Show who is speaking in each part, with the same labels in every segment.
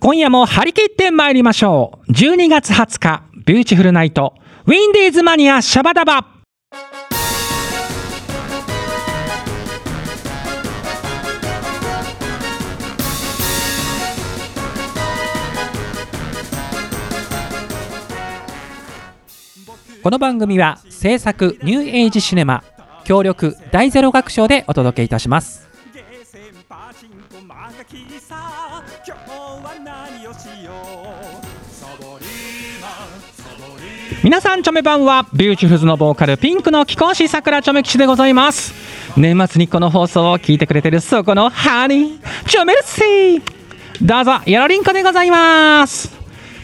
Speaker 1: 今夜も張り切って参りましょう12月20日ビューティフルナイトウィンディーズマニアシャバダバこの番組は制作ニューエイジシネマ協力大ゼロ学賞でお届けいたします
Speaker 2: ゲーセンパチンコマガキさ今日は何をしようサボリーマンサボリー
Speaker 1: 皆さんチョメ版はビューティフルズのボーカルピンクの貴公子さくらチョメ吉でございます年末にこの放送を聞いてくれてるそこのハニーチョメルシーどうぞよろりんこでございます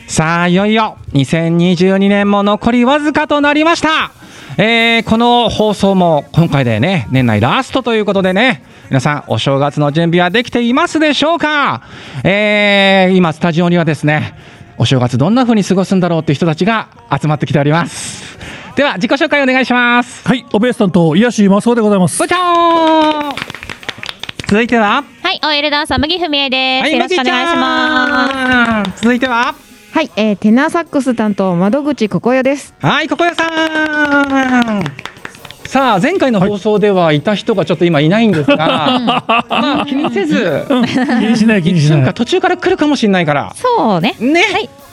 Speaker 1: さあいよいよ2022年も残りわずかとなりましたえーこの放送も今回でね年内ラストということでね皆さんお正月の準備はできていますでしょうか、えー今スタジオにはですねお正月どんな風に過ごすんだろうって人たちが集まってきておりますでは自己紹介お願いします
Speaker 3: はい、オベースさんと癒しマスオでございます
Speaker 1: ご。ちゃん続いては
Speaker 4: はい、OL ダンサー、麦文江です。よろしくお願いします。
Speaker 1: ます続いては
Speaker 5: はい、えー、テナーサックス担当窓口ここよです。
Speaker 1: はい、ここやさん。さあ前回の放送ではいた人がちょっと今いないんですが、まあ気にせず、
Speaker 3: 気 にしない、気にし
Speaker 1: な
Speaker 3: なん
Speaker 1: か
Speaker 3: い。
Speaker 1: 途中から来るかもしれないから、
Speaker 4: そうね。
Speaker 1: ね、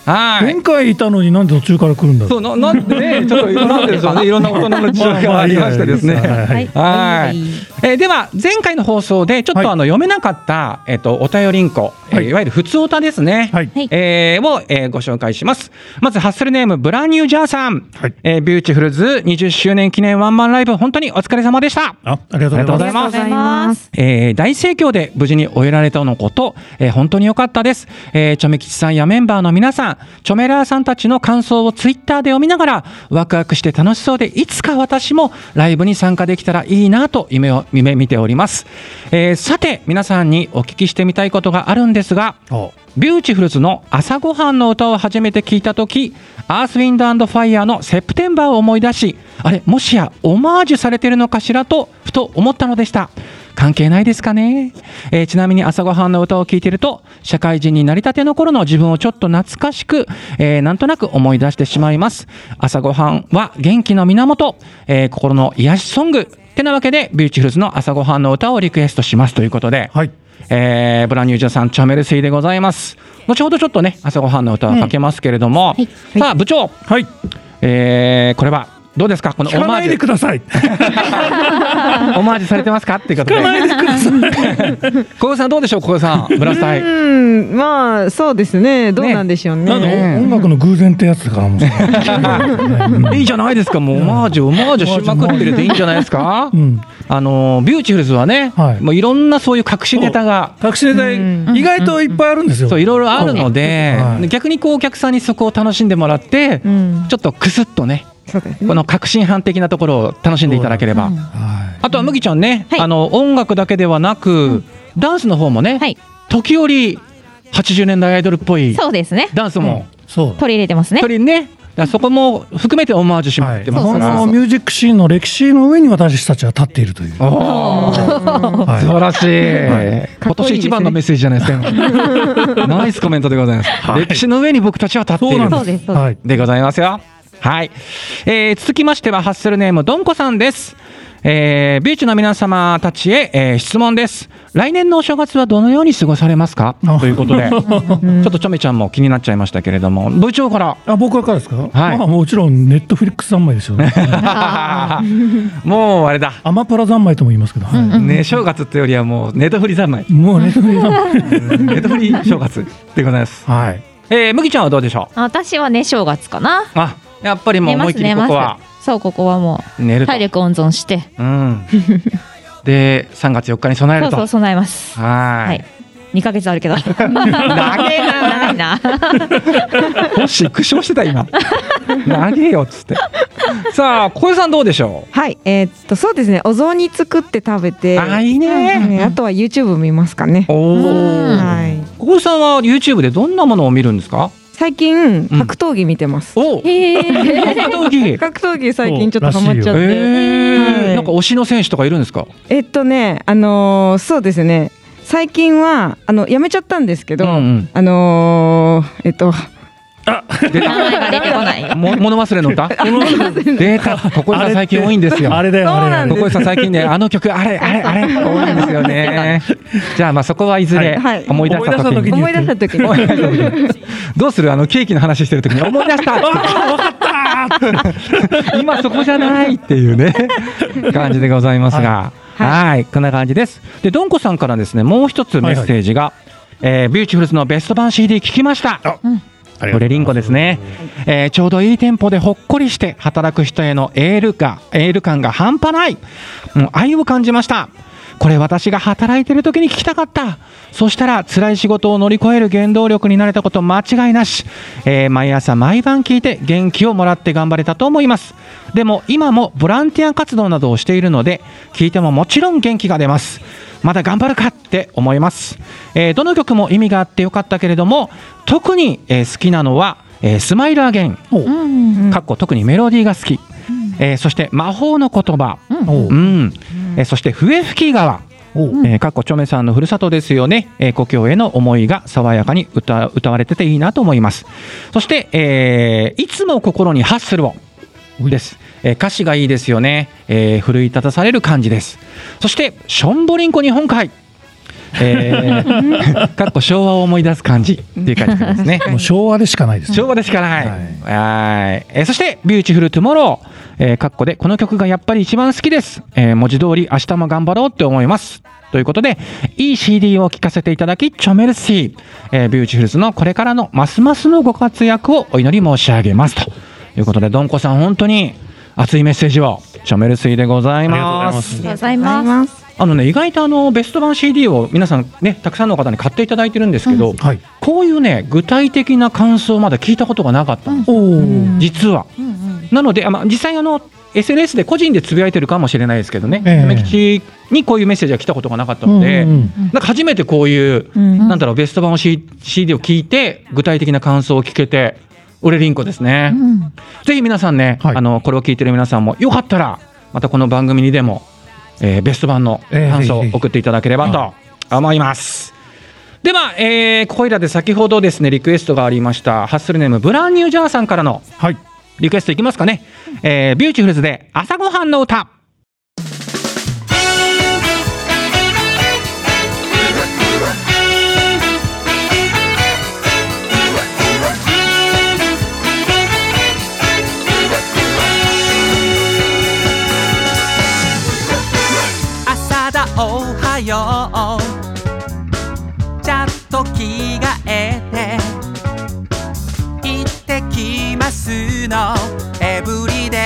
Speaker 1: はい、
Speaker 3: 前回いたのになんで途中から来るんだ
Speaker 1: そ
Speaker 3: ろ
Speaker 1: うななんでね、ちょっといろんなですよね、いろんな大人の
Speaker 3: う。
Speaker 1: 事情がありましてですね。
Speaker 3: まあまあいいやいいやはいはい
Speaker 1: はい、えーでは前回の放送でちょっ
Speaker 3: はい
Speaker 1: とあの読めなかった、えっ、とお便りんこ、えー
Speaker 3: はい
Speaker 1: い、わゆる普通おたですね、
Speaker 3: はい
Speaker 4: はい
Speaker 1: えーを、えーご紹介しますまずハッスルネームブランニュージャーさん、
Speaker 3: はい
Speaker 1: えービューティフルズ20周年記念ワンマンライブ本当にお疲れ様でした
Speaker 3: あ、ありがとうござい
Speaker 1: ありがとうござい
Speaker 3: ま
Speaker 1: ます
Speaker 5: ありがとうございます。
Speaker 1: えー大盛況で無事に終えられたのこと、えー本当に良かったです、えー、チョメ吉さんやメンバーの皆さんチョメラーさんたちの感想をツイッターで読みながらワクワクして楽しそうでいつか私もライブに参加できたらいいなと夢を夢見ております、えーさて皆さんにお聞きしてみたいことがあるんですが
Speaker 3: す。お
Speaker 1: ビューティフルズの朝ごはんの歌を初めて聞いた時アースウィンドアンドファイヤーのセプテンバーを思い出しあれもしやオマージュされてるのかしらとふと思ったのでした関係ないですかね、えーちなみに朝ごはんの歌を聴いてると社会人になりたての頃の自分をちょっと懐かしく、えーなんとなく思い出してしまいます朝ごはんは元気の源、えー心の癒しソングてなわけでビューティフルズの朝ごはんの歌をリクエストしますということで、
Speaker 3: はい。
Speaker 1: えーブランニュージャさんチャメルスイでございます後ほどちょっとね朝ごはんの歌をかけますけれども、
Speaker 4: うんはい
Speaker 1: さあ部長、
Speaker 3: はい。
Speaker 1: えーこれはどうですかこの
Speaker 3: 聞
Speaker 1: オ
Speaker 3: か
Speaker 1: マー
Speaker 3: ない
Speaker 1: ジ
Speaker 3: で
Speaker 1: ュ
Speaker 3: ください。聞
Speaker 1: オマージュされてますかっていうこと
Speaker 3: かな
Speaker 1: で
Speaker 3: いでください。
Speaker 1: 小籔さんどうでしょう小籔 さんブラスタ
Speaker 5: う
Speaker 1: イ
Speaker 5: ん、まあそうですね。どうなんでしょうね。
Speaker 3: なん
Speaker 1: ね
Speaker 3: か音楽の偶然ってやつだからもう。
Speaker 1: いいじゃないですかもうオマージュオマージュしまくってるでいいんじゃないですか、
Speaker 3: うん。
Speaker 1: あのービューティフルズはね、
Speaker 3: はい
Speaker 1: もういろんなそういう隠しネタが
Speaker 3: タクシー代意外といっぱいあるんですよ。
Speaker 1: そういろいろあるので、
Speaker 3: はい
Speaker 1: 逆にこうお客さんにそこを楽しんでもらって、
Speaker 5: うん
Speaker 1: ちょっとクスッとね
Speaker 5: そうです
Speaker 1: こ
Speaker 5: ね。
Speaker 1: の革新犯的なところを楽しんでいただければ、
Speaker 4: うん
Speaker 3: はい。
Speaker 1: あとは麦ちゃんね、
Speaker 4: はい
Speaker 1: あの音楽だけではなく、ダンスの方もね、
Speaker 4: はい、
Speaker 1: 時折80年代アイドルっぽい
Speaker 4: そうですね。
Speaker 1: ダンスも
Speaker 3: そう。
Speaker 4: 取り入れてますね。
Speaker 1: 取りねだからそこも含めてオマージュしまってます
Speaker 3: 本
Speaker 1: か
Speaker 3: 当
Speaker 1: ら、
Speaker 3: のミュージックシーンの歴史の上に私たちは立っているという。は
Speaker 1: おー素
Speaker 3: い
Speaker 1: 晴らしい,、
Speaker 5: か
Speaker 1: 今
Speaker 5: っこい
Speaker 1: 年
Speaker 5: いですね
Speaker 1: 一番のメッセージじゃないですかナイスコメントでございます、
Speaker 3: はい
Speaker 1: 歴史の上に僕たちは立ってい
Speaker 3: そう
Speaker 1: る
Speaker 3: なん
Speaker 4: そうで
Speaker 3: ですす。
Speaker 4: そうです
Speaker 3: はい。
Speaker 1: でございますよ。はい、えー続きましてはハッスルネームどんこさんです。えービーチの皆様たちへ、えー質問です。来年のお正月はどのように過ごされますか
Speaker 3: あ
Speaker 1: ということで、ちょっとちょめちゃんも気になっちゃいましたけれども、部長から。
Speaker 3: あ僕はからですか、
Speaker 1: い
Speaker 3: まあ、もちろんネットフリックス三 昧ですよね
Speaker 1: もうあれだ。
Speaker 3: アマプラ三昧とも言いますけど、はい
Speaker 1: ね、正月ってよりはもうネトフリ三昧
Speaker 3: も うネットフリ三昧
Speaker 1: ネトフリ正月でございます。
Speaker 3: はい
Speaker 1: えー、麦ちゃんはどうでしょう。
Speaker 4: 私はね、正月かな。
Speaker 1: あ、やっぱりもう
Speaker 4: 寝ま
Speaker 1: 思いっ
Speaker 4: す、
Speaker 1: きり
Speaker 4: 寝
Speaker 1: ここは
Speaker 4: ま。す。そう、ここはも
Speaker 1: 寝る
Speaker 4: う、
Speaker 1: と。
Speaker 4: 体力温存して、
Speaker 1: うん。で、3月4日に備え
Speaker 4: そ
Speaker 1: る
Speaker 4: う
Speaker 1: と。
Speaker 4: そう、備えます。
Speaker 1: は
Speaker 4: は
Speaker 1: ーい
Speaker 4: い。。2ヶ月ある けど。長いな。長いな。
Speaker 1: もし苦笑してた 今投げよっつってさあ小江さんどうでしょ
Speaker 5: はい、えーっとそうですね。お雑煮作って食べて、
Speaker 1: うあいいね
Speaker 5: ねあとは YouTube 見ますかね。
Speaker 1: お
Speaker 4: うん
Speaker 5: はい。
Speaker 1: お小江さんは YouTube でどんなものを見るんですか
Speaker 5: 最近格闘技見てます。
Speaker 1: お格
Speaker 4: へえ。
Speaker 1: 闘 技
Speaker 5: 格闘技最近ちょっとハマっちゃっ
Speaker 1: え
Speaker 5: て。
Speaker 1: ー
Speaker 5: はい
Speaker 1: なんか推しの選手とかいるんですか
Speaker 5: えっとね、あのーそうですね。最近はあのやめちゃったんですけど、
Speaker 1: うんうん
Speaker 5: あのー、えっと
Speaker 1: 出
Speaker 4: 名前
Speaker 1: た
Speaker 4: が出てこない。
Speaker 1: も物忘れの 歌出たここ
Speaker 3: あ
Speaker 1: さ
Speaker 3: れ
Speaker 1: ん最近多いんですよ
Speaker 3: あれだよ、
Speaker 5: そうな
Speaker 3: あ
Speaker 5: ん
Speaker 3: れ
Speaker 1: ここ
Speaker 5: で
Speaker 1: さん最近ね あの曲あれあれあれ多いんですよねじゃあまあそこはいずれ
Speaker 5: はい
Speaker 1: 思い出した時に
Speaker 5: 思い出した時 に
Speaker 1: 思い出した時にどうするあのケーキの話してる時に思い出した 今そこじゃないってい うね感じでございますがはい、こんな感じですでどんこさんからですねもう一つメッセージが、えービューチフルズのベスト版 CD 聞きまし
Speaker 6: あり
Speaker 1: た
Speaker 6: がとうございます
Speaker 1: これリンコですね、えーちょうどいいテンポでほっこりして働く人へのエールがエール感が半端ない、うん愛を感じましたこれ私が働いてる時に聞きたかったそしたら辛い仕事を乗り越える原動力になれたこと間違いなし、えー毎朝毎晩聞いて元気をもらって頑張れたと思いますでも今もボランティア活動などをしているので聞いてももちろん元気が出ますまだ頑張るかって思います、えーどの曲も意味があってよかったけれども特に、えー好きなのは、えースマイルアゲイン
Speaker 4: うん。
Speaker 1: かっこ特にメロディーが好き、えーそして魔法の言葉、
Speaker 3: おう
Speaker 1: うんえーそして笛吹き川
Speaker 3: おう
Speaker 1: えー、かっこちょめさんのふるさとですよね、えー故郷への思いが爽やかに歌歌われてていいなと思いますそして、えーいつも心にハッスルをです、えー歌詞がいいですよね、えー奮い立たされる感じですそしてしょんぼりんこ日本海えー かっこ昭和を思い出す感じっていう感じですね
Speaker 3: もう昭和でしかないですよ
Speaker 1: 昭和でしかない。は
Speaker 3: は
Speaker 1: い。
Speaker 3: い
Speaker 1: えーそして、ビューティフルトゥモロー。えー、かっこで、この曲がやっぱり一番好きです。えー文字通り、明日も頑張ろうって思います。ということで、いい CD を聴かせていただき、チョメルシー。えービューティフルズのこれからのますますのご活躍をお祈り申し上げます。ということで、どんこさん、本当に熱いメッセージを、チョメルシーでございます。
Speaker 4: りがとうござい
Speaker 5: あり
Speaker 4: ます。
Speaker 5: ます
Speaker 1: あのね、意外とあの、ベスト版 CD を皆さんね、たくさんの方に買っていただいてるんですけど、
Speaker 3: はい
Speaker 1: こういうね、具体的な感想をまだ聞いたことがなかったんです
Speaker 3: おお、
Speaker 1: 実は。
Speaker 4: うんうん。
Speaker 1: なので、あまあ、実際あの SNS で個人でつぶやいてるかもしれないですけどね、
Speaker 3: ええ
Speaker 1: めきちにこういうメッセージが来たことがなかったので、
Speaker 3: うんうん
Speaker 1: なんか初めてこういう、
Speaker 5: うん
Speaker 1: なんだろう、ベスト版を、C、CD を聞いて、具体的な感想を聞けて、俺リンコですね。
Speaker 4: うん。
Speaker 1: ぜひ皆さんね、
Speaker 3: はい
Speaker 1: あのこれを聞いてる皆さんも、よかったら、またこの番組にでも、えーベスト版の
Speaker 3: ええ
Speaker 1: 感想を
Speaker 3: ぜひぜひ
Speaker 1: 送っていただければと思います。では、えー、ここいらで先ほどですね、リクエストがありました、ハッスルネーム、ブランニュージャーさんからの
Speaker 3: はい
Speaker 1: リクエストいきますかね。えー、ビューティフルズで朝ごはんの歌。
Speaker 2: 朝だおはようちゃんと着替えて行ってきますのエブリデ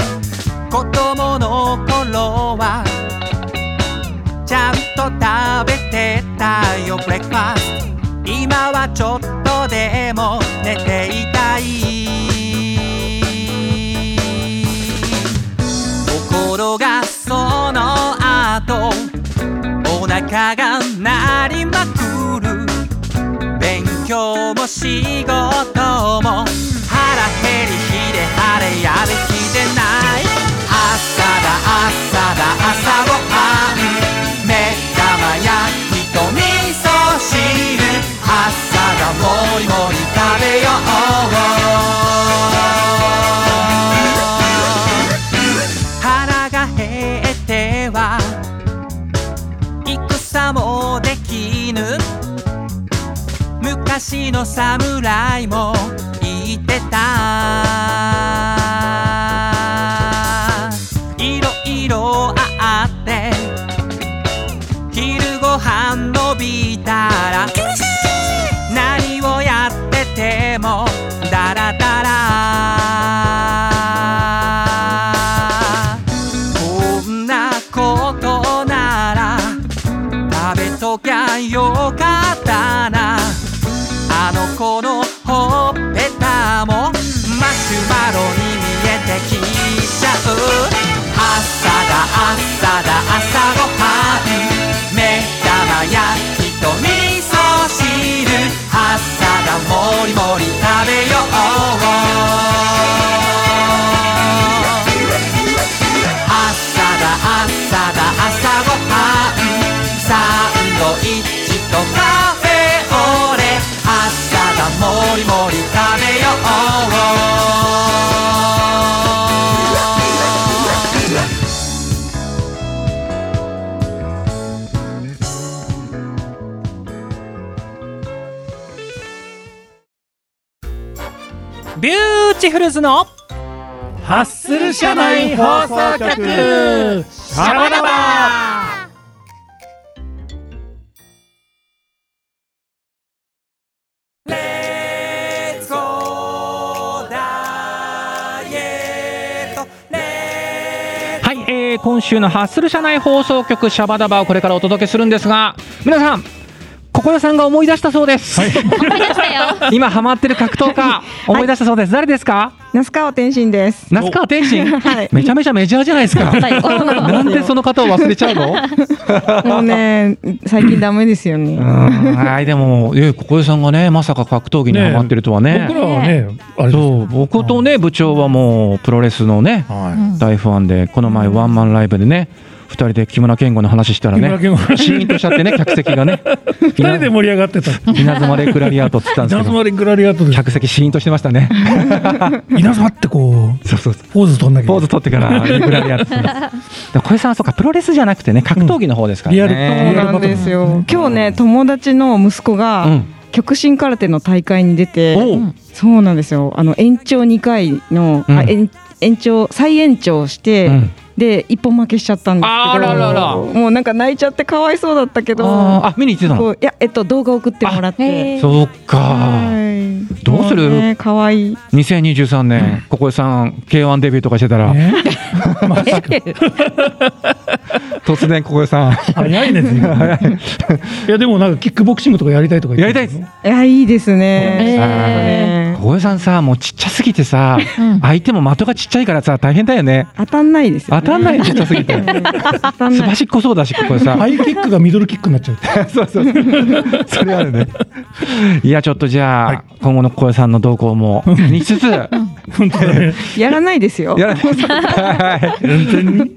Speaker 2: イ子供の頃はちゃんと食べてたよブレックファースト今はちょっとでも寝ていたいところがその後お腹が鳴りまくる勉強も仕事も腹減りひで晴れやる気でない朝だ朝だ朝ごはん目玉焼きと味噌汁朝がもりもり食べよう腹が減っては戦もできぬ昔の侍も言ってたいろいろあって昼ご飯伸びたら何をやっててもダラダラこんなことなら食べときゃよかったなあの子のほっぺたもマシュマロに見えてきちゃう朝だ朝だ朝ごはん目玉焼きと味噌汁朝だもりもり食べよう朝だ朝だ朝とカフェオレ明日がもりもり食べよ
Speaker 1: ビューティフルズの
Speaker 3: ハッスル社内放送局シャバダバ
Speaker 2: うレッツゴーダイエット
Speaker 1: はい、えー今週のハッスル社内放送局シャバダバをこれからお届けするんですが皆さんここよさんが思い出したそうです、
Speaker 4: 思い出した よ。
Speaker 1: 今ハマってる格闘家思い出したそうです、誰ですか
Speaker 5: 那須川天心です。
Speaker 1: 那須川天心、
Speaker 5: はい
Speaker 1: めちゃめちゃメジャーじゃないですか
Speaker 4: 最高
Speaker 1: なんでその方を忘れちゃうの
Speaker 5: もうね、最近ダメですよ
Speaker 1: う
Speaker 5: ね。
Speaker 1: んはいでもえここよさんがねまさか格闘技にハマってるとはね
Speaker 3: 僕らはね、あれです
Speaker 1: そう僕とね部長はもうプロレスのね
Speaker 3: は
Speaker 1: 大ファンでこの前ワンマンライブでね2人で木村健吾の話したら
Speaker 3: 木村
Speaker 1: ね
Speaker 3: 健吾の話
Speaker 1: シーンとしちゃってね 客席がね
Speaker 3: い。二人で盛り上がってた。
Speaker 1: 稲妻でクラリアートって言ったんで
Speaker 3: 稲
Speaker 1: すけど
Speaker 3: 妻でグラリアートで。
Speaker 1: 客席シーンとしてましたね
Speaker 3: 稲妻ってこう、
Speaker 1: そうそうそう
Speaker 3: ポーズ取んなきゃいけ
Speaker 1: ポー
Speaker 3: ない
Speaker 1: ズ取ってからグラリアートしてますでも小江さんはそうかプロレスじゃなくてね格闘技の方ですからね、
Speaker 3: うんリア
Speaker 5: そう
Speaker 3: ル
Speaker 5: なんですよ。今日ね、友達の息子
Speaker 1: う
Speaker 5: が
Speaker 1: ん
Speaker 5: 極真空手の大会に出て、
Speaker 1: おう
Speaker 5: そうなんですよ。あの延長2回の、
Speaker 1: うん
Speaker 5: あ延延長再延長して、
Speaker 1: うん
Speaker 5: で一本負けしちゃったんです
Speaker 1: あ
Speaker 5: けど、
Speaker 1: ららら
Speaker 5: もうなんか泣いちゃってかわいそうだったけど、
Speaker 1: あーあ見に行ってた
Speaker 5: こ
Speaker 1: の
Speaker 5: ういやえっと動画送ってもら
Speaker 4: あ
Speaker 5: って
Speaker 4: へー、
Speaker 1: そうか
Speaker 5: はい
Speaker 1: どうする
Speaker 5: もね可愛い。
Speaker 1: 2023年ここ江さん K1 デビューとかしてたら
Speaker 3: ね
Speaker 1: 突然ここ江さん
Speaker 3: 早いですよ。いやでもなんかキックボクシングとかやりたいとか言ってた
Speaker 1: やりたいで
Speaker 5: いやいいです
Speaker 4: え
Speaker 5: ね。ね
Speaker 1: ここ江さんさもうちっちゃすぎてさ
Speaker 4: うん
Speaker 1: 相手も的がちっちゃいからさ大変だよね
Speaker 5: 当たんないです
Speaker 1: 当
Speaker 5: よ、ね。
Speaker 1: たんないよちっちゃすぎて
Speaker 5: 当たん
Speaker 1: す
Speaker 5: な
Speaker 1: ば
Speaker 5: い。
Speaker 1: しっこそうだしここ江さん
Speaker 3: ハイキックがミドルキックになっちゃう。
Speaker 1: そうそうそう。それある ね。いや、ちょっとじゃあ、
Speaker 3: はい
Speaker 1: 今後の小江さんの動向も気にしつつ、や
Speaker 3: 本当だね。
Speaker 5: やらないですよ。
Speaker 1: らないですはい
Speaker 3: 全然に。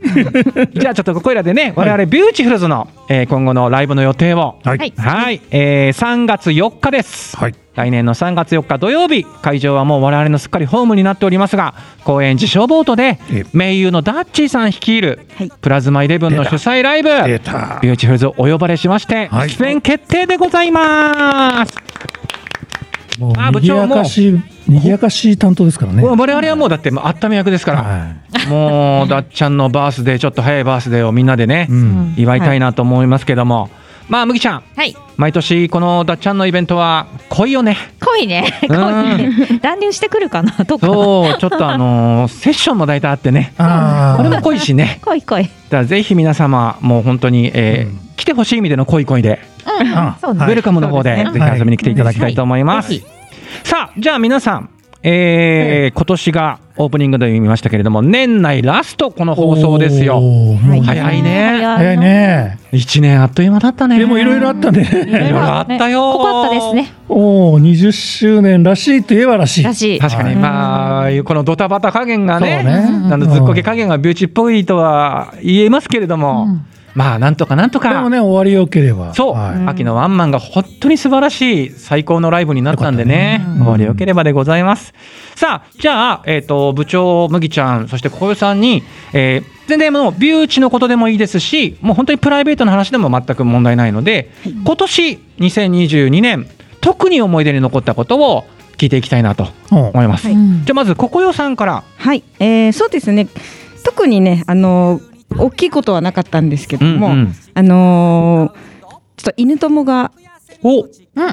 Speaker 1: じゃあ、ちょっとここいらでね、我々ビューティフルズの、えー今後のライブの予定を、
Speaker 3: はい
Speaker 4: はい
Speaker 1: はい、えー3月4日です。
Speaker 3: はい。
Speaker 1: 来年の3月4日土曜日会場はもう我々のすっかりホームになっておりますが公演自称ボートで
Speaker 3: え
Speaker 1: 名優のダッチーさん率いる
Speaker 5: はい
Speaker 1: プラズマイレブンの主催ライブ
Speaker 3: 出た
Speaker 1: ビューティフルズお呼ばれしまして
Speaker 3: はい
Speaker 1: 出演決定でございます
Speaker 3: も
Speaker 1: あ
Speaker 3: う
Speaker 1: 部
Speaker 3: 賑
Speaker 1: 長
Speaker 3: やかしい、賑やかしい担当ですからね。
Speaker 1: もう我々はもうだってもうあっため役ですから、
Speaker 3: は
Speaker 1: もうだっちゃんのバースデーちょっと早いバースデーをみんなでね、
Speaker 3: い。うん。
Speaker 1: 祝いたいなと思いますけども、まあ麦ちゃん
Speaker 4: はい。
Speaker 1: 毎年このだっちゃんのイベントは濃いよね
Speaker 4: 濃いね。濃いね。乱流してくるか などうかな
Speaker 1: そうちょっとあのーセッションも大体あってね
Speaker 3: あ
Speaker 1: これも
Speaker 3: あ。
Speaker 1: 濃いしね
Speaker 4: 濃い濃い。
Speaker 1: だからぜひ皆様もう本当に、えー
Speaker 3: うん
Speaker 1: 来てほしい意味での濃い恋で、
Speaker 3: あ
Speaker 4: そうね
Speaker 1: ウェルカムの方で
Speaker 5: そう
Speaker 1: ぜ
Speaker 5: です
Speaker 3: ね
Speaker 1: ひ遊びに来ていただきたいと思います、
Speaker 4: はい
Speaker 1: さあじゃあ皆さんえー今年がオープニングで見ましたけれども年内ラストこの放送です
Speaker 3: おー
Speaker 1: よ
Speaker 3: もう
Speaker 1: 早いね
Speaker 3: 早い。ね。
Speaker 1: 1年あっという間だったね
Speaker 3: でもいろいろあった
Speaker 4: いろ
Speaker 3: ね。
Speaker 4: いろ
Speaker 1: あったよ
Speaker 4: 濃かったですね。
Speaker 3: おお、20周年らしいといえばらしい。
Speaker 4: らしい。
Speaker 1: 確かに、まあこのドタバタ加減がね
Speaker 3: そうね
Speaker 1: あのずっこけ加減がビューチっぽいとは言えますけれども、
Speaker 4: うん
Speaker 1: まあなんとかなんと
Speaker 3: で
Speaker 1: か
Speaker 3: もね、終わりよければ。
Speaker 1: そう、
Speaker 3: はい
Speaker 1: 秋のワンマンが本当に素晴らしい最高のライブになったんでね
Speaker 4: よかったね
Speaker 1: 終わりよければでございます、さあじゃあ、えー、と部長麦ちゃんそして小よさんに、えー全然もうビューチのことでもいいですしもう本当にプライベートの話でも全く問題ないので、今年2022年特に思い出に残ったことを聞いていきたいなと
Speaker 3: うん
Speaker 1: 思います、
Speaker 5: はい
Speaker 4: うん
Speaker 1: じゃあまずここよさんから
Speaker 5: はい、えー、そうですね。特にね、あのー大きいことはなかったんですけども、
Speaker 1: うんうん
Speaker 5: あのーちょっと犬友が、
Speaker 1: お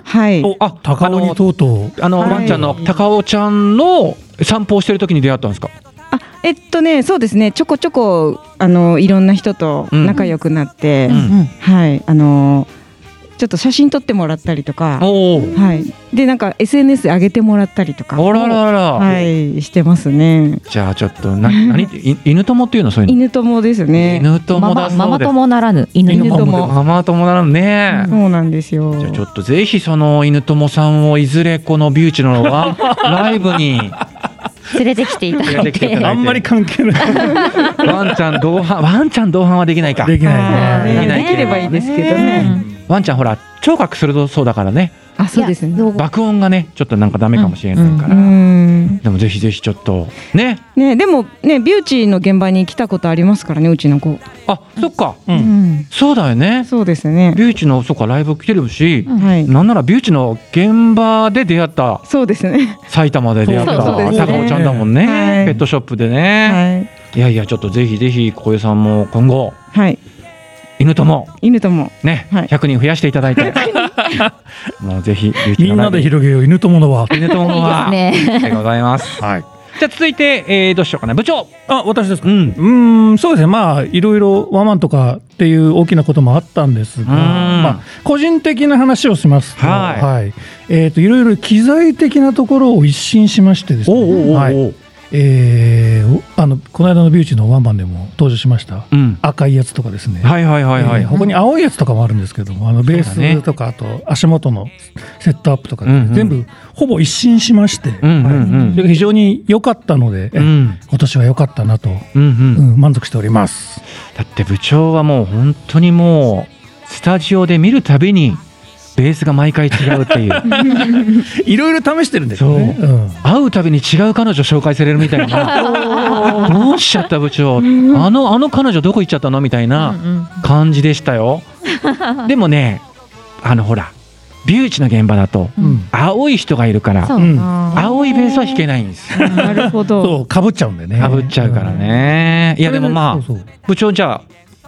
Speaker 5: はい、
Speaker 1: おあ
Speaker 3: 高尾にとうとう。
Speaker 1: あの
Speaker 5: はい
Speaker 1: ワンちゃんの高尾ちゃんの散歩をしてる時に出会ったんですか
Speaker 5: あ、えっとね、そうですね、ちょこちょこ、あのーいろんな人と仲良くなって、
Speaker 1: うん
Speaker 4: うん
Speaker 5: はい、あのーちょっと写真撮ってもらったりとか、
Speaker 1: おお
Speaker 5: はい、で、なんか S. N. S. 上げてもらったりとか。
Speaker 1: あららら、
Speaker 5: はい、してますね。
Speaker 1: じゃあちょっとな何い犬友っていうのそういうの
Speaker 5: 犬友ですね。
Speaker 1: 犬友
Speaker 4: マ
Speaker 1: だ
Speaker 4: マ
Speaker 1: そ
Speaker 4: マ
Speaker 1: う
Speaker 4: マ
Speaker 1: です
Speaker 4: 友ならぬ犬
Speaker 5: 犬友
Speaker 1: ママ友なのね、
Speaker 5: そうなんですよ。
Speaker 1: じゃあちょっとぜひその犬友さんをいずれこのビューチの ワンライブに
Speaker 4: 連れてきていた
Speaker 1: 連
Speaker 4: だ
Speaker 1: れて
Speaker 4: い
Speaker 1: きていた
Speaker 4: て
Speaker 1: だい。
Speaker 3: あんまり関係ない。
Speaker 1: ワンちゃん同伴ワンちゃん同伴はできないか
Speaker 3: でき
Speaker 5: は
Speaker 3: ない
Speaker 5: い
Speaker 3: ね。
Speaker 5: できればいいですけどね。
Speaker 1: ワンちゃんほら聴覚鋭そうだからね
Speaker 5: あそうですね
Speaker 1: 爆音がねちょっとなんかダメかもしれないか
Speaker 5: う
Speaker 1: ら、
Speaker 5: ん
Speaker 1: でもぜひぜひちょっとね
Speaker 5: ねでもねビューチーの現場に来たことありますからねうちの子
Speaker 1: あそっか、
Speaker 3: うん
Speaker 5: ん
Speaker 1: そうだよね
Speaker 5: そうですね
Speaker 1: ビューチのそっかライブ来てるし、
Speaker 5: はい
Speaker 1: なんならビューチの現場で出会った
Speaker 5: そうですね
Speaker 1: 埼玉で出会った
Speaker 4: そうそうそう
Speaker 1: 高尾ちゃんだもんね、
Speaker 5: はい
Speaker 1: ペットショップでね、
Speaker 5: はい
Speaker 1: い、やいやちょっとぜひぜひ小江さんも今後
Speaker 5: はい
Speaker 1: 犬とも
Speaker 5: 犬とも
Speaker 1: ね、
Speaker 5: はい
Speaker 1: 100人増やしていただいて もうぜひビューチ
Speaker 3: みん
Speaker 1: のラ
Speaker 3: な
Speaker 1: イブ
Speaker 3: で広げよう犬友の輪
Speaker 1: 犬ともは
Speaker 4: いいです
Speaker 1: でござい ます
Speaker 3: はい
Speaker 1: じゃあ続いて、えーどうしようかな部長
Speaker 3: あ私ですか
Speaker 1: うん
Speaker 3: うーん、そうですね。まあ、いろいろワンマンとかっていう大きなこともあったんですが、
Speaker 1: うん
Speaker 3: まあ、個人的な話をしますと、
Speaker 1: はい
Speaker 3: えっ、と、いろいろ機材的なところを一新しましてですね、はい、えーおあの、この間のビューチのワンマンでも登場しました、
Speaker 1: うん
Speaker 3: 赤いやつとかですね、
Speaker 1: はいはいはいはい、
Speaker 3: えー他に青いやつとかもあるんですけども、あの、ベー
Speaker 1: そうだね
Speaker 3: スとか、あと足元のセットアップとか、
Speaker 1: うんうん
Speaker 3: 全部、ほぼ一新しまして、
Speaker 1: うんうんうん
Speaker 3: はいそれが非常に良かったので、
Speaker 1: うん
Speaker 3: 今年は良かったなと
Speaker 1: うんうん
Speaker 3: うん、満足しております。
Speaker 1: だって部長はもう本当にもうスタジオで見るたびにベースが毎回違うっていう
Speaker 3: いろいろ試してるんです
Speaker 1: よね会うたびに違う彼女紹介されるみたい などうしちゃった部長あのあの彼女どこ行っちゃったのみたい
Speaker 4: うん
Speaker 1: な
Speaker 4: うん
Speaker 1: 感じでした よでもねあのほらビューチの現場だと
Speaker 3: うん。うん
Speaker 1: 青い人がいるから
Speaker 4: そ
Speaker 3: う
Speaker 4: う
Speaker 3: ん
Speaker 4: あ
Speaker 1: 青いベースは弾けないんですよ
Speaker 5: なるほど
Speaker 3: そう、かぶっちゃうんでね。
Speaker 1: かぶっちゃうからね
Speaker 3: うん。
Speaker 1: いやでもま
Speaker 3: そうそう
Speaker 1: あ部長じゃ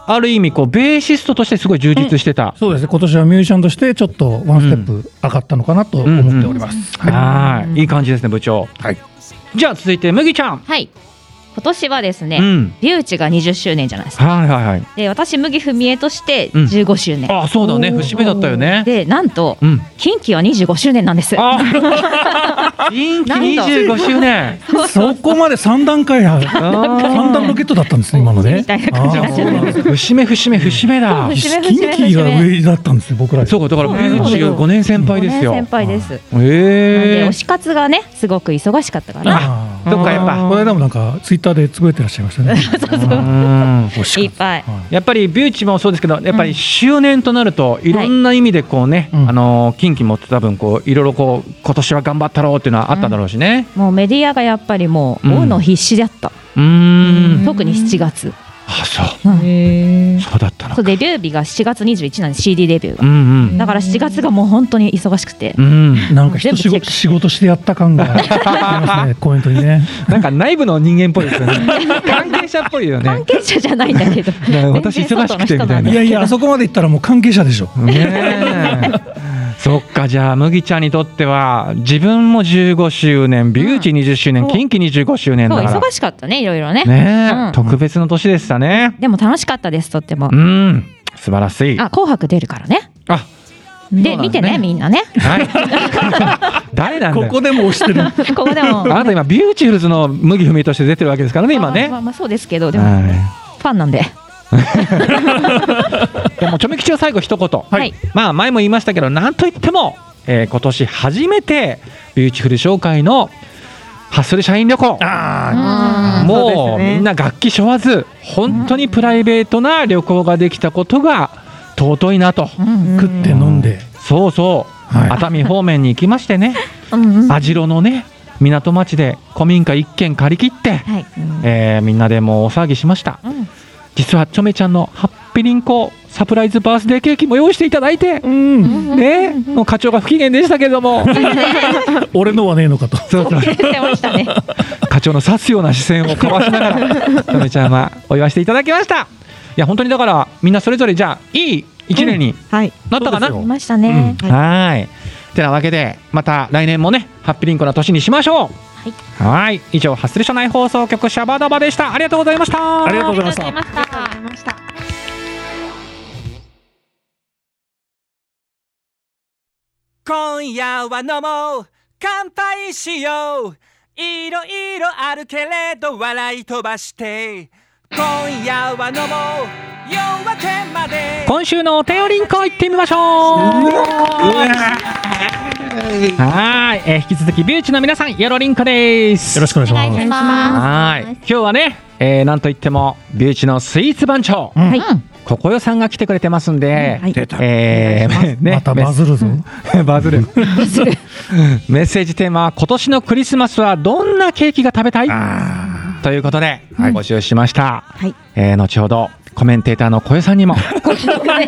Speaker 1: あある意味こうベーシストとしてすごい充実してた
Speaker 3: そうですね。今年はミュージシャンとしてちょっとワンステップ上がったのかなと思っております。
Speaker 1: はい、いい感じですね、部長。
Speaker 3: はい。
Speaker 1: じゃあ、続いて麦ちゃん。
Speaker 4: はい今年はです
Speaker 1: う
Speaker 4: ね
Speaker 1: ん。
Speaker 4: ビューチが20周年じゃないですか
Speaker 1: はいはいはい。
Speaker 4: で私麦文江として
Speaker 1: うん
Speaker 4: 15周年、
Speaker 1: あ、そうだね、節目だったよね。
Speaker 4: でなんと
Speaker 1: うん。
Speaker 4: 近畿は25周年なんです
Speaker 1: あ。人気
Speaker 4: なん
Speaker 1: 二
Speaker 4: だ
Speaker 1: 十五周年。
Speaker 3: そこまで三段階や、
Speaker 1: あ
Speaker 3: 三段ロケットだったんですね、今のね。
Speaker 4: みたいな感じになっちゃう
Speaker 1: ー節目節目節目だ
Speaker 4: う
Speaker 3: あ。
Speaker 4: ん
Speaker 3: ーキンキが上だったんですよ、僕ら。
Speaker 1: そうか、だから、
Speaker 4: そう
Speaker 1: ベーチが五年先輩ですよ。
Speaker 4: 先輩ですなんで
Speaker 1: ええ
Speaker 4: 推。し活がねすごく忙しかったから
Speaker 3: あー
Speaker 1: どっかやっぱ
Speaker 3: この間もなんか、ツイッターでつぶれてらっしゃいましたね。
Speaker 1: うん
Speaker 3: 惜しか
Speaker 4: いっぱい
Speaker 3: は
Speaker 1: やっぱりビューチもそうですけど、やっぱり周年となると、いろんな意味でこうね、
Speaker 3: うん
Speaker 1: あの近畿も多分こういろいろこう今年は頑張ったろうっていうのはあっただろうしね。
Speaker 4: もうメディアがやっぱりもう
Speaker 1: うん
Speaker 4: 追うの必死だった、
Speaker 1: うーん。
Speaker 5: うん
Speaker 4: 特に7月
Speaker 1: あ、そう。
Speaker 5: へー
Speaker 1: そうだったの
Speaker 4: そ
Speaker 1: か
Speaker 4: う。デビュー日が7月21日なんです CD デビュ
Speaker 1: う
Speaker 4: ーが、
Speaker 1: ん
Speaker 4: だから7月がもう本当に忙しくて、
Speaker 1: うん。うん。
Speaker 3: い。なんか人仕
Speaker 4: 全部チェッ
Speaker 3: 事
Speaker 4: ク
Speaker 3: 仕事してやった感がありますね、コメントにね。
Speaker 1: なんか内部の人間っぽいですよね。関係者っぽいよね
Speaker 4: 関。係者じゃないんだけど
Speaker 1: ね私忙しくてみたいない
Speaker 3: やいや、あそこまで行ったらもう関係者でしょ。
Speaker 1: ねえ。そっかじゃあ麦ちゃんにとっては自分も15周年ビューチ20周年、
Speaker 4: うん
Speaker 1: 近畿25周年だ
Speaker 4: そう
Speaker 1: から
Speaker 4: 忙しかったねいろいろね
Speaker 1: ねえ、
Speaker 4: うん
Speaker 1: 特別の年でしたね
Speaker 4: でも楽しかったですとっても、
Speaker 1: うん素晴らしい
Speaker 4: あ紅白出るからね
Speaker 1: あ
Speaker 4: で
Speaker 1: そうなんだね
Speaker 4: 見てねみん なね
Speaker 1: はい 誰なんだよ
Speaker 3: でも押してる。
Speaker 4: ここでも
Speaker 1: あなた今ビューチフルズの麦踏みとして出てるわけですからね今ね
Speaker 4: まあまあまあそうですけどでも
Speaker 1: は
Speaker 4: ファンなんで
Speaker 1: いでもちょめ吉を最後一言
Speaker 4: はい
Speaker 1: まあ前も言いましたけどなんといっても、えー今年初めてビューティフル商会のハッスル社員旅行
Speaker 3: あ
Speaker 4: うん
Speaker 1: も
Speaker 5: そ
Speaker 1: う
Speaker 5: うですね
Speaker 1: みんな楽器しょわず本当にプライベートな旅行ができたことが尊いなと、
Speaker 4: うん
Speaker 3: あ、食って飲んで。
Speaker 1: そうそう、
Speaker 3: はい
Speaker 1: 熱海方面に行きましてね
Speaker 4: うんうんは
Speaker 1: 網代のね港町で古民家1軒借り切って、
Speaker 4: いうん
Speaker 1: えーみんなでもうお騒ぎしました
Speaker 4: うん
Speaker 1: 実はちょめちゃんのハッピリンコサプライズバースデーケーキも用意していただいて
Speaker 3: うん、
Speaker 1: ねもう課長が不機嫌でしたけども
Speaker 3: 俺のはねえのかと。
Speaker 1: そうそう
Speaker 4: 出てましたね
Speaker 1: 課長の刺すような視線を交わしながら、とめちゃんはお祝いしていただきました。いや、本当にだから、みんなそれぞれじゃあ、いい一年に
Speaker 5: はい
Speaker 1: なったかな。
Speaker 3: そう
Speaker 4: い
Speaker 3: で
Speaker 4: ましたね、
Speaker 1: はーい。てなわけで、また来年もね、ハッピーリンコな年にしましょう。
Speaker 4: はい
Speaker 1: はーい。以上、ハッスル社内放送局シャバダバでした。ありがとうございました。
Speaker 3: ありがとうございました
Speaker 4: ありがとうございました
Speaker 2: 今夜は飲もう乾杯しよういろいろあるけれど笑い飛ばして今夜は飲もう夜明けまで
Speaker 1: 今週のお手寄りんこ行ってみましょうはーい、えー引き続きビューチの皆さんよろりんこです
Speaker 3: よろしくお願いし
Speaker 4: お
Speaker 3: ま
Speaker 4: 願いし
Speaker 3: す。
Speaker 4: ま
Speaker 1: はーい今日はね、えーなんといってもビューチのスイーツ番長、
Speaker 3: うん
Speaker 4: すはい
Speaker 1: ここよさんが来てくれてますんで、
Speaker 5: はい
Speaker 6: 出た
Speaker 1: えーね
Speaker 3: またバズるぞ。
Speaker 1: バズる。メッセージテーマは今年のクリスマスはどんなケーキが食べたい
Speaker 6: あ
Speaker 1: ということで
Speaker 6: はい
Speaker 1: 募集しました。
Speaker 5: はい
Speaker 1: えー後ほどコメンテーターの小江さんにもいろんな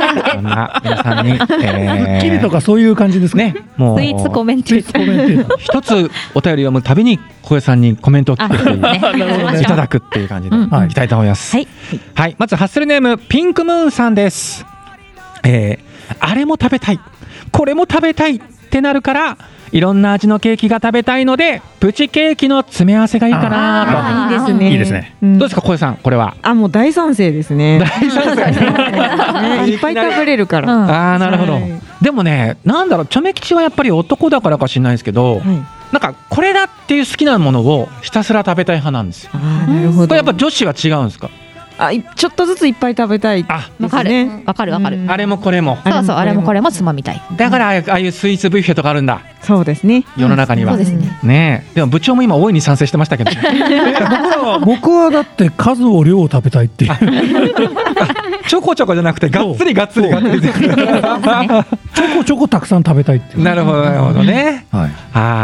Speaker 1: 皆さん に、え
Speaker 3: ド
Speaker 1: ー
Speaker 3: ッキリとかそういう感じですか
Speaker 1: ね。もう
Speaker 4: スイーツコメンテ
Speaker 3: ツイー
Speaker 4: ー
Speaker 3: ト
Speaker 4: タ
Speaker 3: コ
Speaker 4: ー。
Speaker 3: メンテータ ー
Speaker 1: 一つお便りを読むたびに小江さんにコメントを聞
Speaker 4: あ、
Speaker 1: く
Speaker 4: そう
Speaker 1: と
Speaker 4: で
Speaker 1: い
Speaker 4: す
Speaker 1: う
Speaker 4: ね。
Speaker 1: いただくっていう感じで
Speaker 4: うん
Speaker 3: はい
Speaker 1: いきたいと思います。
Speaker 4: はい
Speaker 1: はい、まずハッスルネームピンクムーンさんです。えーあれも食べたい、これも食べたいってなるから、いろんな味のケーキが食べたいので、プチケーキの詰め合わせがいいかな
Speaker 4: あ
Speaker 5: いいです
Speaker 1: と。
Speaker 5: ね。
Speaker 1: いいですね。
Speaker 5: う
Speaker 1: ど
Speaker 5: ん
Speaker 1: うですか小江さん、これ は。
Speaker 5: あ、もう大賛成ですね。
Speaker 1: 大賛成
Speaker 5: ねいっぱい食べれるから。
Speaker 4: うん
Speaker 1: ああなるほど、
Speaker 5: はい
Speaker 1: でもねなんだろうチョメ吉はやっぱり男だからか知らないですけど、
Speaker 5: はい。
Speaker 1: なんかこれだっていう好きなものをひたすら食べたい派なんですよ
Speaker 5: あーなるほ
Speaker 1: これ
Speaker 5: ど
Speaker 1: やっ。ぱ女子は違うんですか
Speaker 5: あ、いちょっとずついっぱい食べたい。
Speaker 1: あ
Speaker 4: わか
Speaker 5: です
Speaker 4: る
Speaker 5: ね。
Speaker 4: わかるわかる
Speaker 5: う。ん
Speaker 1: あれもこれも
Speaker 5: あ
Speaker 4: そうそう、あれもこれもつまみたい。
Speaker 1: だからああいうああいうスイーツビュッフェとかあるんだ
Speaker 5: そうですね。
Speaker 1: 世の中には、
Speaker 4: そうですね。
Speaker 1: ねえでも部長も今大いに賛成してましたけど、ね、
Speaker 3: 僕はだって数を量を食べたいっていう。
Speaker 1: ちょこちょこじゃなくてがっつりがっつり がっつり
Speaker 3: ちょこちょこたくさん食べたいっていう。
Speaker 1: なるほどなるほどね
Speaker 6: あはい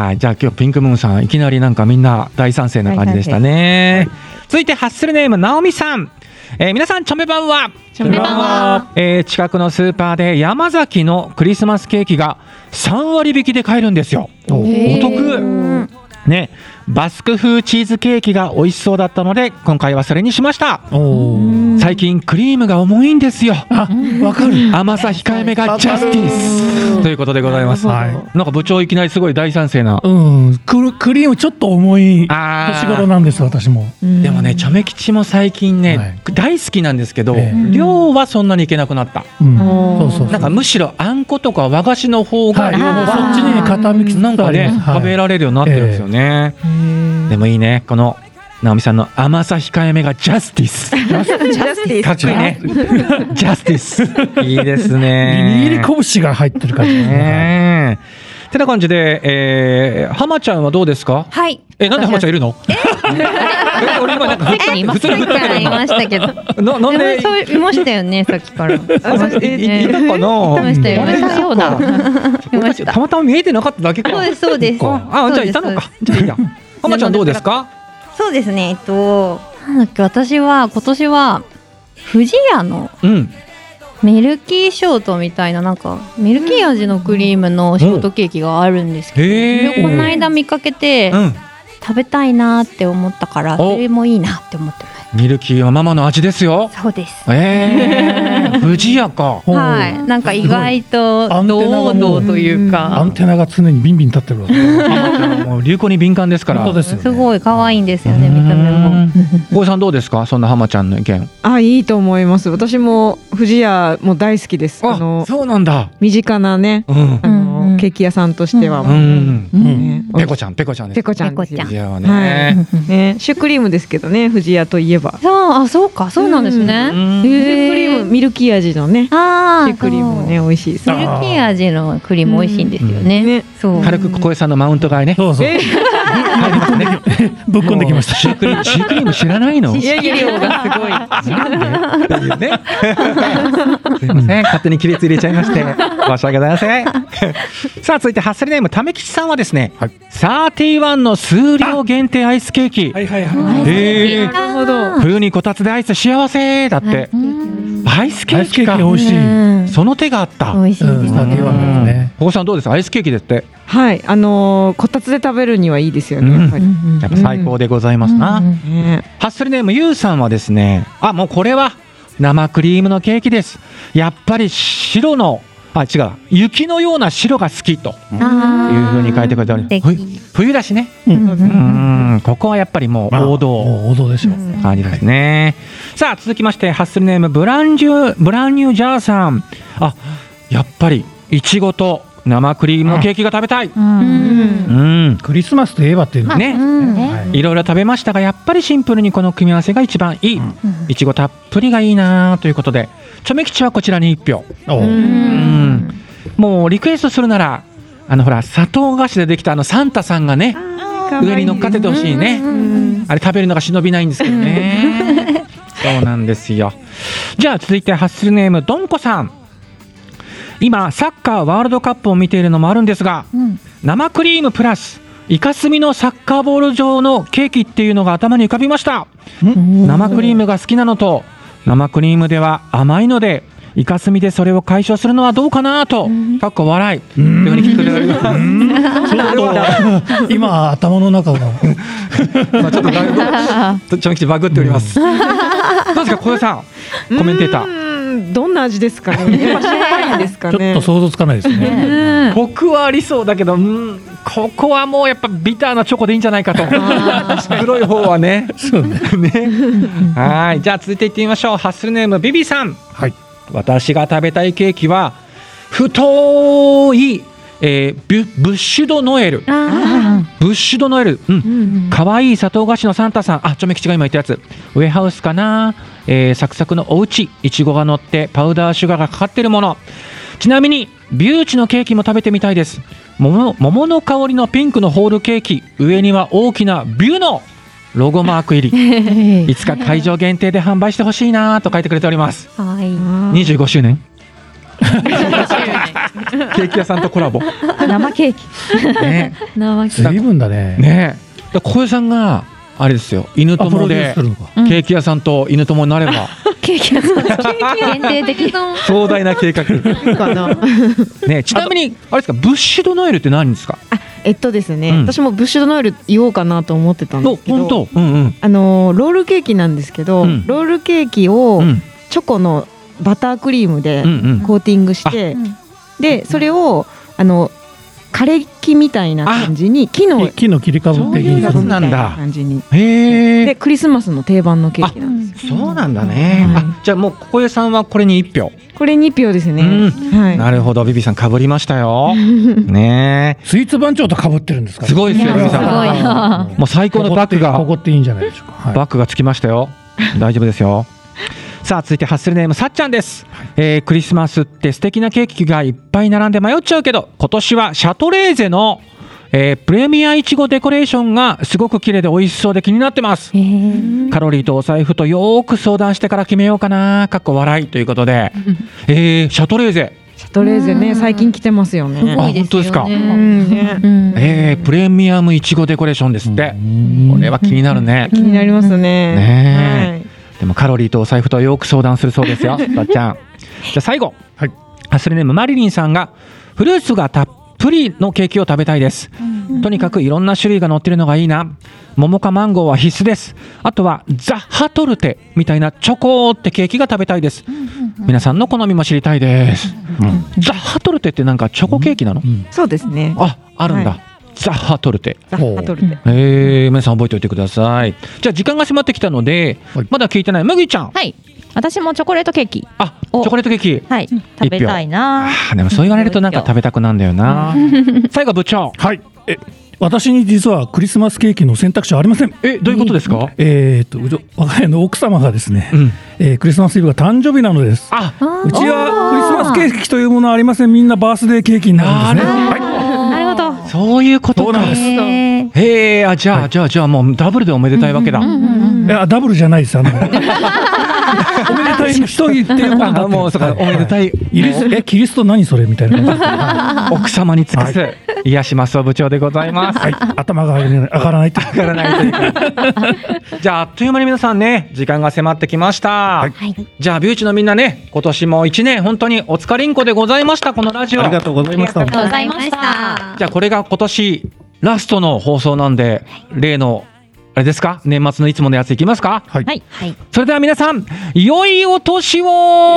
Speaker 1: はい、じゃあ今日ピンクムーンさんいきなりなんかみんな大賛成な感じでしたね。続いてハッスルネームなおみさん。えー皆さんチョメ版はチ
Speaker 5: ョメ版
Speaker 4: は
Speaker 1: えー近くのスーパーで山崎のクリスマスケーキが3割引きで買えるんですよ。お
Speaker 4: へー
Speaker 1: 得ね、バスク風チーズケーキが美味しそうだったので今回はそれにしました
Speaker 3: おー
Speaker 1: 最近クリームが重いんですよ
Speaker 3: あ、わかる。
Speaker 1: 甘さ控えめがジャスティスということでございます
Speaker 3: はい
Speaker 1: なんか部長いきなりすごい大賛成な
Speaker 3: うん、クルクリームちょっと重い
Speaker 1: あー
Speaker 3: 年頃なんです私も。
Speaker 1: でもね、チャメ吉も最近ね、
Speaker 3: はい
Speaker 1: 大好きなんですけど、
Speaker 3: ええ
Speaker 1: 量はそんなにいけなくなった。
Speaker 3: うん、
Speaker 4: おー
Speaker 3: そうそうそう。
Speaker 1: なんかむしろあんことか和菓子の方が
Speaker 3: はい、
Speaker 1: 量は
Speaker 4: あー
Speaker 3: そっちに傾きつつあります
Speaker 1: なんかね、
Speaker 3: はい
Speaker 1: 食べられるようになってるんですよね。でもいいね、この直美さんの甘さ控えめがジャスティス。
Speaker 5: ジャスティ
Speaker 1: かっこいいね。 ジャスティス。いいですね。
Speaker 3: 握り拳が入ってる感じですね。
Speaker 1: ねえ。てな感じで、えー、浜ちゃんはどうですか
Speaker 7: はい。
Speaker 1: え、なんで浜ちゃんいるのえ俺今なんか
Speaker 4: さっきいま
Speaker 1: 普
Speaker 4: し
Speaker 1: 通
Speaker 4: た
Speaker 1: に振ったけど
Speaker 7: からい
Speaker 1: 今
Speaker 7: ましたけど。
Speaker 1: ななんで
Speaker 7: でもそういましたよね、さっきから。いま
Speaker 1: あそういいいたかな
Speaker 7: いましたよ
Speaker 1: あれ
Speaker 7: ね。
Speaker 4: 同じような。
Speaker 7: いま
Speaker 1: 俺た
Speaker 7: し
Speaker 1: ち
Speaker 7: た
Speaker 1: た。またま見えてなかっただけか。
Speaker 7: そうですそうです
Speaker 1: そっかあ、じゃあいたのか。じゃあいいや。ハマちゃんどうですか。
Speaker 7: そうですね、えっと、なんだっけ、私は今年は、富士屋の
Speaker 1: うん。
Speaker 7: ミルキーショートみたいな、なんか、ミルキー味のクリームのショートケーキがあるんですけど、
Speaker 1: へ
Speaker 7: それをこの間見かけて
Speaker 1: う、ん。
Speaker 7: 食べたいなって思ったから、
Speaker 1: お
Speaker 7: それもいいなって思ってま
Speaker 1: ミルキーはママの味ですよ。
Speaker 7: す。そうです。
Speaker 1: え え。富士屋か。
Speaker 3: ほう
Speaker 7: はい。なんか意外と、
Speaker 3: アンテナがも
Speaker 7: 堂
Speaker 3: う
Speaker 7: 々という
Speaker 3: ア
Speaker 7: か、
Speaker 3: ンテナが常にビンビン立ってるわけ。
Speaker 1: ハマちゃんはもう流行に敏感ですから。
Speaker 3: 本当ですよ、ね。
Speaker 7: すごい可愛いんですよね、
Speaker 1: う
Speaker 7: 見た目も。
Speaker 1: ん。 小江さんどうですか。そんなハマちゃんの意見。
Speaker 5: あ、いいと思います。私も藤屋も大好きです。あ
Speaker 1: あ
Speaker 5: の、
Speaker 1: そうなんだ。
Speaker 5: 身近なね、
Speaker 1: うん
Speaker 5: あ。
Speaker 4: うんうん
Speaker 5: のケーキ屋さんとしては
Speaker 1: う。ん。
Speaker 5: ね
Speaker 1: ペコちゃん、ペコちゃんです。
Speaker 5: ペコちゃんです
Speaker 7: ペコちゃ
Speaker 5: よ
Speaker 1: いや
Speaker 7: ん。
Speaker 1: ね。
Speaker 5: ね、シュークリームですけどね、藤屋といえば。
Speaker 7: そう、あ、そうか、そうなんです
Speaker 1: う
Speaker 7: ね。
Speaker 1: ん
Speaker 5: シュークリーム、ミルキー味のね、
Speaker 7: ああ、
Speaker 5: シュークリームもね、美味しいです
Speaker 7: そ
Speaker 5: ね。
Speaker 7: う。ミルキー味のクリーム美味しいんですよね。そう。
Speaker 1: 軽く小江さんのマウント買いね。
Speaker 3: そうそう。
Speaker 5: え
Speaker 3: ぶっこんできま した。
Speaker 1: シュークリーム、シュークリーム知らないの。
Speaker 5: いやいや量がすごい。
Speaker 1: なんでっていうね。 すいません、勝手に亀裂入れちゃいまして、申し訳ございませ ん。さあ、続いてハッスルネームためきちさんはですね、
Speaker 6: はい
Speaker 1: サーティワンの数量限定アイスケーキ。
Speaker 3: はいはいは
Speaker 1: えー
Speaker 7: なるほど。
Speaker 1: 冬にこたつでアイス幸せだって、アイス
Speaker 3: い。
Speaker 1: ケ
Speaker 3: ア
Speaker 1: ー
Speaker 3: イス
Speaker 1: キ
Speaker 3: ケー
Speaker 1: か
Speaker 3: キ美味しい。うん、
Speaker 7: うん
Speaker 1: その手があった。
Speaker 7: 美味しいです
Speaker 3: サーティワンですね。
Speaker 1: 保護さんどうですアイスケーキですって
Speaker 5: はい、あのーこたつで食べるにはいいですよね。
Speaker 1: うん
Speaker 5: やっぱり
Speaker 1: やっぱ最高でございますな、
Speaker 5: ね
Speaker 1: ハッスルネームゆうさんはですねあもうこれは生クリームのケーキですやっぱり白のあ違う雪のような白が好きと
Speaker 7: あ
Speaker 1: いうふうに書いてくれてある
Speaker 7: 素敵
Speaker 1: ふ冬だしねうんここはやっぱりもう
Speaker 3: まあ
Speaker 1: 王道
Speaker 3: もう王道でしょ。
Speaker 1: 感じですね、さあ続きましてハッスルネームブランジュブランニュージャーさんあやっぱりいちごと生クリームのケーキが食べたいうん
Speaker 3: クリスマスといえばっていうのは
Speaker 1: ね、
Speaker 3: はい
Speaker 1: いろいろ食べましたがやっぱりシンプルにこの組み合わせが一番いい、いちごたっぷりがいいなということでチョメ吉はこちらに1票
Speaker 3: おう
Speaker 1: うんもうリクエストするならあのほら砂糖菓子でできたあのサンタさんがね上に乗っかっててほしい ね、あれ食べるのが忍びないんですけどねそうなんですよじゃあ続いてハッスルネームどんこさん今サッカーワールドカップを見ているのもあるんですが、
Speaker 5: うん
Speaker 1: 生クリームプラスイカスミのサッカーボール状のケーキっていうのが頭に浮かびました生クリームが好きなのと生クリームでは甘いのでイカスミでそれを解消するのはどうかなとかっこ笑いというふうに聞いてくれております
Speaker 3: ちょっと今頭の中が
Speaker 1: まあちょっとだいぶちょちょめきちバグっております。どうですか小江さん、コメンテーター。
Speaker 5: ーどんな味ですかねやっぱしょっぱいんです か
Speaker 3: ちょっ
Speaker 5: ね
Speaker 3: と想像つかないですね。
Speaker 1: 僕はありそうだけど、うん、ここはもうやっぱビターなチョコでいいんじゃないかと。黒い方はね。
Speaker 3: そうね。
Speaker 1: ね。 はい、じゃあ続いていってみましょう。ハッスルネームビビさん。
Speaker 3: はい。
Speaker 1: 私が食べたいケーキは太い、えーブブッシュドノエル。
Speaker 7: あ
Speaker 1: ブッシュドノエル。うん
Speaker 7: ー。うん
Speaker 1: 可愛い砂糖菓子のサンタさんあちょめ吉が今言ったやつウェハウスかな、えーサクサクのおうちいちごが乗ってパウダーシュガーがかかってるものちなみにビューチのケーキも食べてみたいです桃桃の香りのピンクのホールケーキ上には大きなビューのロゴマーク入り
Speaker 7: うん。
Speaker 1: いつか会場限定で販売してほしいなと書いてくれております
Speaker 7: かわいい。
Speaker 1: 25周 年 ケーキ屋さんとコラボ
Speaker 7: 生ケーキ。
Speaker 1: ね
Speaker 7: 生ケー
Speaker 3: 随分だね。
Speaker 1: ねえで小江さんがあれですよ犬
Speaker 3: あプ
Speaker 1: 友
Speaker 3: ロデュー
Speaker 1: で
Speaker 3: スするのか。
Speaker 1: ケーキ屋さんと犬友になれば
Speaker 7: キ。ケーキ屋さん。
Speaker 4: 限定的。
Speaker 1: 壮大な計画
Speaker 6: かな
Speaker 1: ねちなみにあれですかブッシュドノエルって何ですか
Speaker 6: えっとですね、
Speaker 1: うん
Speaker 6: 私もブッシュドノエル言おうかなと思ってたんで
Speaker 1: お
Speaker 6: すけど
Speaker 1: 本当うんうん
Speaker 6: あのーロールケーキなんですけど、
Speaker 1: うん
Speaker 6: ロールケーキ
Speaker 1: う
Speaker 6: を
Speaker 1: ん
Speaker 6: チョコのバタークリームで
Speaker 1: うんうん
Speaker 6: コーティングして、
Speaker 7: うん
Speaker 6: でそれをあの枯れ木みたいな感じに木の
Speaker 3: 木の切り株的
Speaker 1: そういうやつ
Speaker 3: に。
Speaker 1: なんだ
Speaker 6: みたい感じに
Speaker 1: へ
Speaker 6: で
Speaker 1: え
Speaker 6: クリスマスの定番のケーキなんですよ
Speaker 1: そうなんだね
Speaker 6: はい
Speaker 1: あじゃあもう小江さんはこれに一票
Speaker 6: これ2票ですね、
Speaker 1: うん
Speaker 6: は
Speaker 1: なるほどビビさんかぶりましたよね
Speaker 3: スイーツ番長と被ってるんです
Speaker 1: え
Speaker 3: か。
Speaker 1: すごいですよ
Speaker 7: い
Speaker 1: ビ
Speaker 7: や
Speaker 1: ビさ
Speaker 7: すごい
Speaker 1: ん
Speaker 7: な
Speaker 1: もう最高のバッグが
Speaker 3: ここっていいんじゃないでしょうか。はい
Speaker 1: バッグがつきましたよ。大丈夫ですよ。さあ続いてハッスルネームさっちゃんです、えークリスマスって素敵なケーキがいっぱい並んで迷っちゃうけど今年はシャトレーゼの、えープレミアいちごデコレーションがすごく綺麗で美味しそうで気になってます
Speaker 7: えー
Speaker 1: カロリーとお財布とよーく相談してから決めようかなかっこ笑いということで、えーシャトレーゼ、
Speaker 6: い、シャトレーゼね最近来てますよね、
Speaker 1: あ本当ですか、
Speaker 6: う
Speaker 7: ね
Speaker 6: んね
Speaker 7: うん。
Speaker 1: えープレミアムいちごデコレーションですって、これは気になるね、
Speaker 6: 気になりますね
Speaker 1: ねえでもカロリーとお財布とはよく相談するそうですよ、ばっちゃん。じゃあ最後、
Speaker 3: はい
Speaker 1: ハスレネームマリリンさんが、フルーツがたっぷりのケーキを食べたいです。とにかくいろんな種類が乗ってるのがいいな。桃かマンゴーは必須です。あとはザ・ハトルテみたいなチョコってケーキが食べたいです。皆さんの好みも知りたいです。ザ・ハトルテってなんかチョコケーキなの
Speaker 3: うん
Speaker 6: そうですね
Speaker 1: あ、あるん
Speaker 6: は
Speaker 1: だ。ザ・ハトルテ。
Speaker 6: ザハトルテ
Speaker 1: えー、皆さん覚えておいてください。じゃあ時間が迫ってきたので
Speaker 3: はい、
Speaker 1: まだ聞いてない麦ちゃん。
Speaker 4: はい。私もチョコレートケーキ。
Speaker 1: あ、チ
Speaker 4: お
Speaker 1: ョコレートケーキ。
Speaker 4: はい。食べたいな。
Speaker 1: あーでもそう言われるとなんか食べたくなんだよな。最後部長。
Speaker 3: はい。え、私に実はクリスマスケーキの選択肢はありません。
Speaker 1: えどういうことですか？
Speaker 3: えっと、うち我が家の奥様がですね
Speaker 1: う、ん。
Speaker 3: えークリスマスイブが誕生日なのです。
Speaker 1: あ、
Speaker 3: うちはクリスマスケーキというものはありません。みんなバースデーケーキになるんですね。はい。
Speaker 4: なるほど。
Speaker 1: そういうこと
Speaker 3: そう
Speaker 1: か
Speaker 3: なん。です。
Speaker 4: へー
Speaker 1: へえ、あじゃあ、じゃあじゃあもうダブルでおめでたいわけだ。
Speaker 3: いやダブルじゃない です。あのおめでたい人っていう こと
Speaker 1: あもうそうかおめでた
Speaker 3: い。
Speaker 1: い
Speaker 3: イリスえキリスト何それ みたいな感じで。
Speaker 1: 奥様に尽くす、癒します部長でござい ます。
Speaker 3: はい。頭が上がらない上がらないって。
Speaker 1: わからない というじゃああっという間に皆さんね時間が迫ってきました、じゃあビューチのみんなね今年も一年本当にお疲れんこでございましたこのラジオ
Speaker 8: ありがとうございました。
Speaker 4: ありがとうございました。
Speaker 1: じゃあこれが今年ラストの放送なんで、例のあれですか年末のいつものやついきますか
Speaker 3: はい
Speaker 4: はい。はい。
Speaker 1: それでは皆さん良いお年を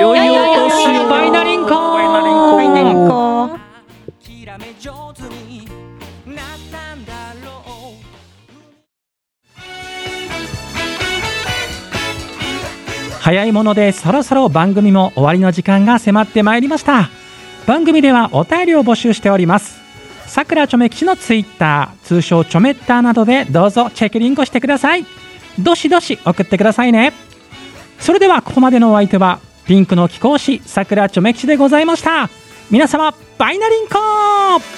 Speaker 1: 良
Speaker 4: いお年を
Speaker 1: バイナリンコ
Speaker 5: バイナリンコ
Speaker 2: きらめ上手になったんだろう
Speaker 1: 早いものでそろそろ番組も終わりの時間が迫ってまいりました番組ではお便りを募集しておりますさくらちょめ吉のツイッター通称ちょめッターなどでどうぞチェックリンクしてくださいどしどし送ってくださいねそれではここまでのお相手はピンクの貴公子さくらちょめ吉でございました皆様バイナリンコー